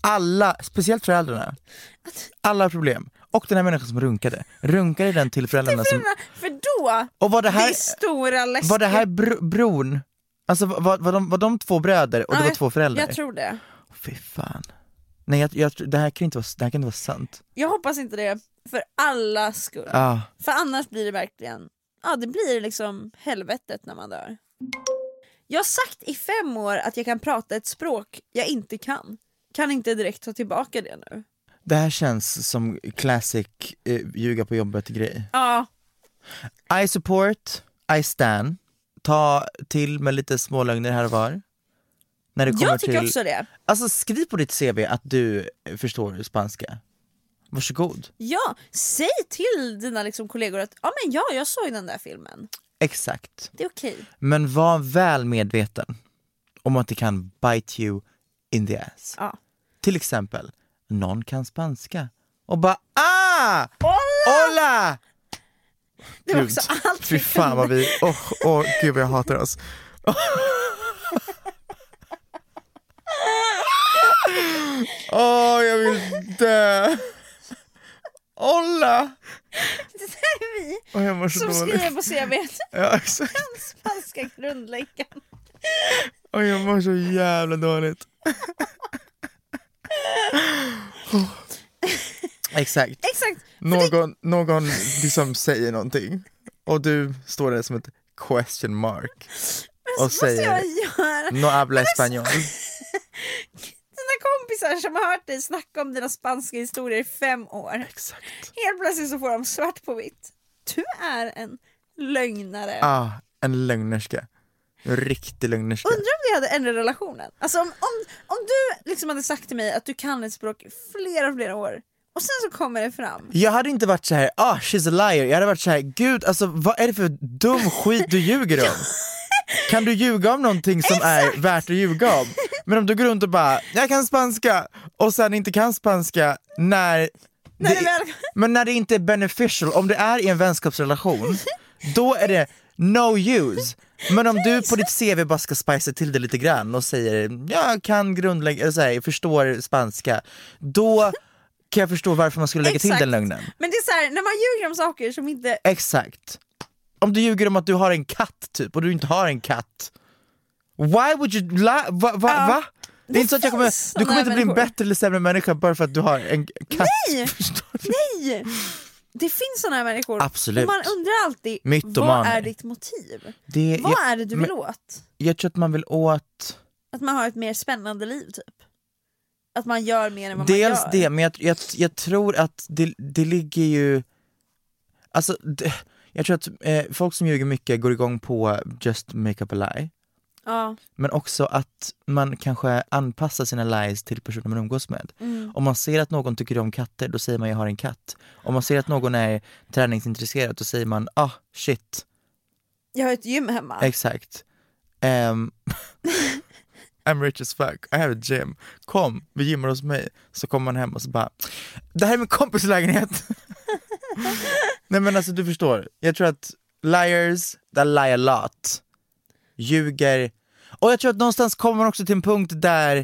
Speaker 4: Alla, speciellt föräldrarna. Alla har problem. Och den här människan som runkade. Runkade den till föräldrarna som...
Speaker 3: Föräldrarna- För då,
Speaker 4: Och var det här-
Speaker 3: är stora läskiga...
Speaker 4: Var det här br- bron? Alltså var, var, de, var de två bröder och det
Speaker 3: Ja,
Speaker 4: var
Speaker 3: jag-
Speaker 4: två föräldrar?
Speaker 3: Jag tror det.
Speaker 4: Fy fan. Nej, jag, jag, tror- det, här kan inte vara, det här kan inte vara sant.
Speaker 3: Jag hoppas inte det, för alla skull.
Speaker 4: Ja.
Speaker 3: För annars blir det verkligen, ja det blir liksom helvetet när man dör. Jag har sagt i fem år att jag kan prata ett språk jag inte kan. Kan inte direkt ta tillbaka det nu.
Speaker 4: Det här känns som classic eh, ljuga på jobbet-grej.
Speaker 3: Ja,
Speaker 4: I support, I stan. Ta till med lite smålögner här och var. När det kommer
Speaker 3: jag tycker
Speaker 4: till...
Speaker 3: också det.
Speaker 4: Alltså skriv på ditt CV att du eh, förstår spanska. Varsågod.
Speaker 3: Ja, säg till dina liksom kollegor att ja, men ja, jag såg den där filmen.
Speaker 4: Exakt.
Speaker 3: Det är okej.
Speaker 4: Men var väl medveten om att det kan bite you in the ass.
Speaker 3: Ja.
Speaker 4: Till exempel, någon kan spanska och bara ah! Hola!
Speaker 3: Det var också allt
Speaker 4: Fy
Speaker 3: vi
Speaker 4: fan vad vi, åh åh, gud vad jag hatar oss. Åh, jag vill dö! Olla!
Speaker 3: Det där är vi
Speaker 4: Åh, jag mår så
Speaker 3: som
Speaker 4: dåligt.
Speaker 3: skriver på CVt.
Speaker 4: Ja, exakt.
Speaker 3: Spanska grundläggande.
Speaker 4: Åh, jag mår så jävla dåligt. Åh. Exakt.
Speaker 3: Exakt.
Speaker 4: Någon, någon liksom säger någonting och du står där som ett question mark och säger
Speaker 3: jag göra?
Speaker 4: no habla español.
Speaker 3: Dina kompisar som har hört dig snacka om dina spanska historier i fem år. Helt plötsligt så får de svart på vitt. Du är en lögnare.
Speaker 4: Ah, en lögnerska. En Riktig lögnerska.
Speaker 3: Undrar om det hade ändrat relationen? Alltså om, om, om du liksom hade sagt till mig att du kan ett språk i flera, flera år och sen så kommer det fram.
Speaker 4: Jag hade inte varit så här, ah she's a liar, jag hade varit så här, gud alltså vad är det för dum skit du ljuger om? Kan du ljuga om någonting som är värt att ljuga om? Men om du går runt och bara, jag kan spanska och sen inte kan spanska när,
Speaker 3: När det väl-
Speaker 4: men när det inte är beneficial, om det är i en vänskapsrelation, då är det no use. Men om du på ditt CV bara ska spicea till det lite grann och säger jag kan grundlägga, eller så här, jag förstår spanska, då kan jag förstå varför man skulle lägga till
Speaker 3: Exakt.
Speaker 4: den lögnen.
Speaker 3: Men det är så här, när man ljuger om saker som inte...
Speaker 4: Exakt. Om du ljuger om att du har en katt typ och du inte har en katt, why would you lie? Va? va, va? Det är inte så att
Speaker 3: finns
Speaker 4: jag kommer, du
Speaker 3: såna
Speaker 4: kommer inte bli en
Speaker 3: människor.
Speaker 4: bättre eller sämre människa bara för att du har en katt.
Speaker 3: Nej! Nej! Det finns sådana här människor.
Speaker 4: Absolut.
Speaker 3: Och man undrar alltid, vad
Speaker 4: Mytomaner.
Speaker 3: är ditt motiv?
Speaker 4: Det-
Speaker 3: vad
Speaker 4: jag-
Speaker 3: är det du vill
Speaker 4: men-
Speaker 3: åt?
Speaker 4: Jag tror att man vill åt
Speaker 3: Att man har ett mer spännande liv typ? Att man gör mer än vad man
Speaker 4: Dels
Speaker 3: gör?
Speaker 4: det, men jag, jag, jag tror att det, det ligger ju... Alltså, det, jag tror att eh, folk som ljuger mycket går igång på just make up a lie.
Speaker 3: Ja.
Speaker 4: Men också att man kanske anpassar sina lies till personer man umgås med.
Speaker 3: Mm.
Speaker 4: Om man ser att någon tycker om katter, då säger man jag har en katt. Om man ser att någon är träningsintresserad, då säger man ah shit,
Speaker 3: Jag har ett gym hemma.
Speaker 4: exakt. Ehm, I'm rich as fuck, I have a gym. Kom, vi gymmar hos mig. Så kommer man hem och så bara, det här är min kompis lägenhet. Nej men alltså du förstår, jag tror att Liars that lie a lot. Ljuger. Och jag tror att någonstans kommer man också till en punkt där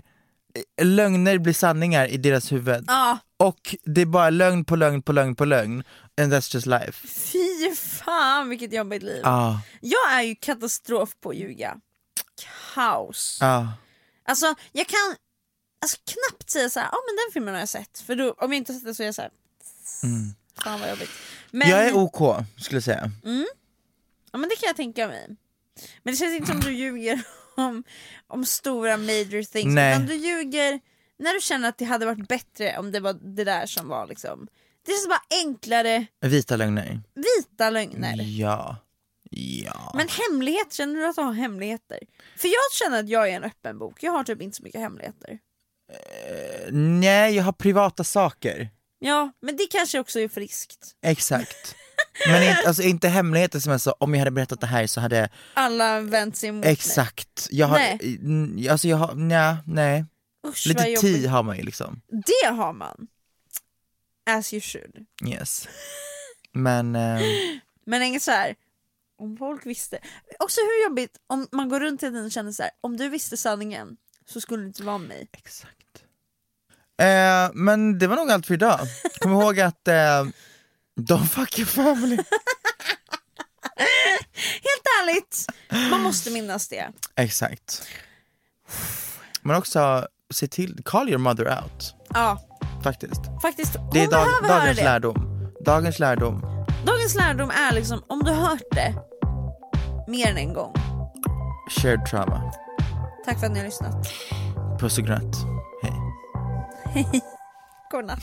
Speaker 4: eh, lögner blir sanningar i deras huvud.
Speaker 3: Ja.
Speaker 4: Och det är bara lögn på lögn på lögn på lögn. And that's just life.
Speaker 3: Fy fan vilket jobbigt liv.
Speaker 4: Ja.
Speaker 3: Jag är ju katastrof på att ljuga. Kaos.
Speaker 4: Ja.
Speaker 3: Alltså jag kan alltså, knappt säga så här, ja men den filmen har jag sett. För då, om jag inte har sett den så är jag så här,
Speaker 4: Mm.
Speaker 3: fan vad jobbigt. Men,
Speaker 4: Jag är OK skulle jag säga.
Speaker 3: mm, ja men det kan jag tänka mig. Men det känns inte som du ljuger om, om stora major things.
Speaker 4: Nej.
Speaker 3: Utan du ljuger när du känner att det hade varit bättre om det var det där som var liksom. Det känns bara enklare
Speaker 4: Vita lögner.
Speaker 3: vita lögner.
Speaker 4: Mm. Ja. Ja.
Speaker 3: Men hemlighet, känner du att du har hemligheter? För jag känner att jag är en öppen bok, jag har typ inte så mycket hemligheter.
Speaker 4: Eh, Nej, jag har privata saker.
Speaker 3: Ja, men det kanske också är friskt.
Speaker 4: Exakt. Men inte, alltså, inte hemligheter som är så, om jag hade berättat det här så hade
Speaker 3: Alla vänt sig emot mig.
Speaker 4: Exakt. Jag har,
Speaker 3: Mm, Nej.
Speaker 4: nej. Alltså jag har, nej, nej.
Speaker 3: Usch, vad
Speaker 4: Lite
Speaker 3: jobbigt.
Speaker 4: tid har man ju liksom.
Speaker 3: Det har man. As you should.
Speaker 4: Yes. Men, eh,
Speaker 3: Men inget så här. om folk visste. Också hur jobbigt om man går runt hela tiden och känner så här. om du visste sanningen så skulle du inte vara med mig.
Speaker 4: Exakt. eh, men det var nog allt för idag. Kom ihåg att eh, don't fuck your family.
Speaker 3: Helt ärligt, man måste minnas det.
Speaker 4: Exakt. Men också, se till, call your mother out.
Speaker 3: Ja,
Speaker 4: Faktiskt.
Speaker 3: faktiskt. Hon
Speaker 4: Det är dag,
Speaker 3: behöver höra
Speaker 4: dagens
Speaker 3: det.
Speaker 4: lärdom. Dagens lärdom.
Speaker 3: Dagens lärdom är liksom, om du hört det mer än en gång.
Speaker 4: Shared trauma.
Speaker 3: Tack för att ni har lyssnat.
Speaker 4: Puss och gröt. Hej.
Speaker 3: Hej. Godnatt.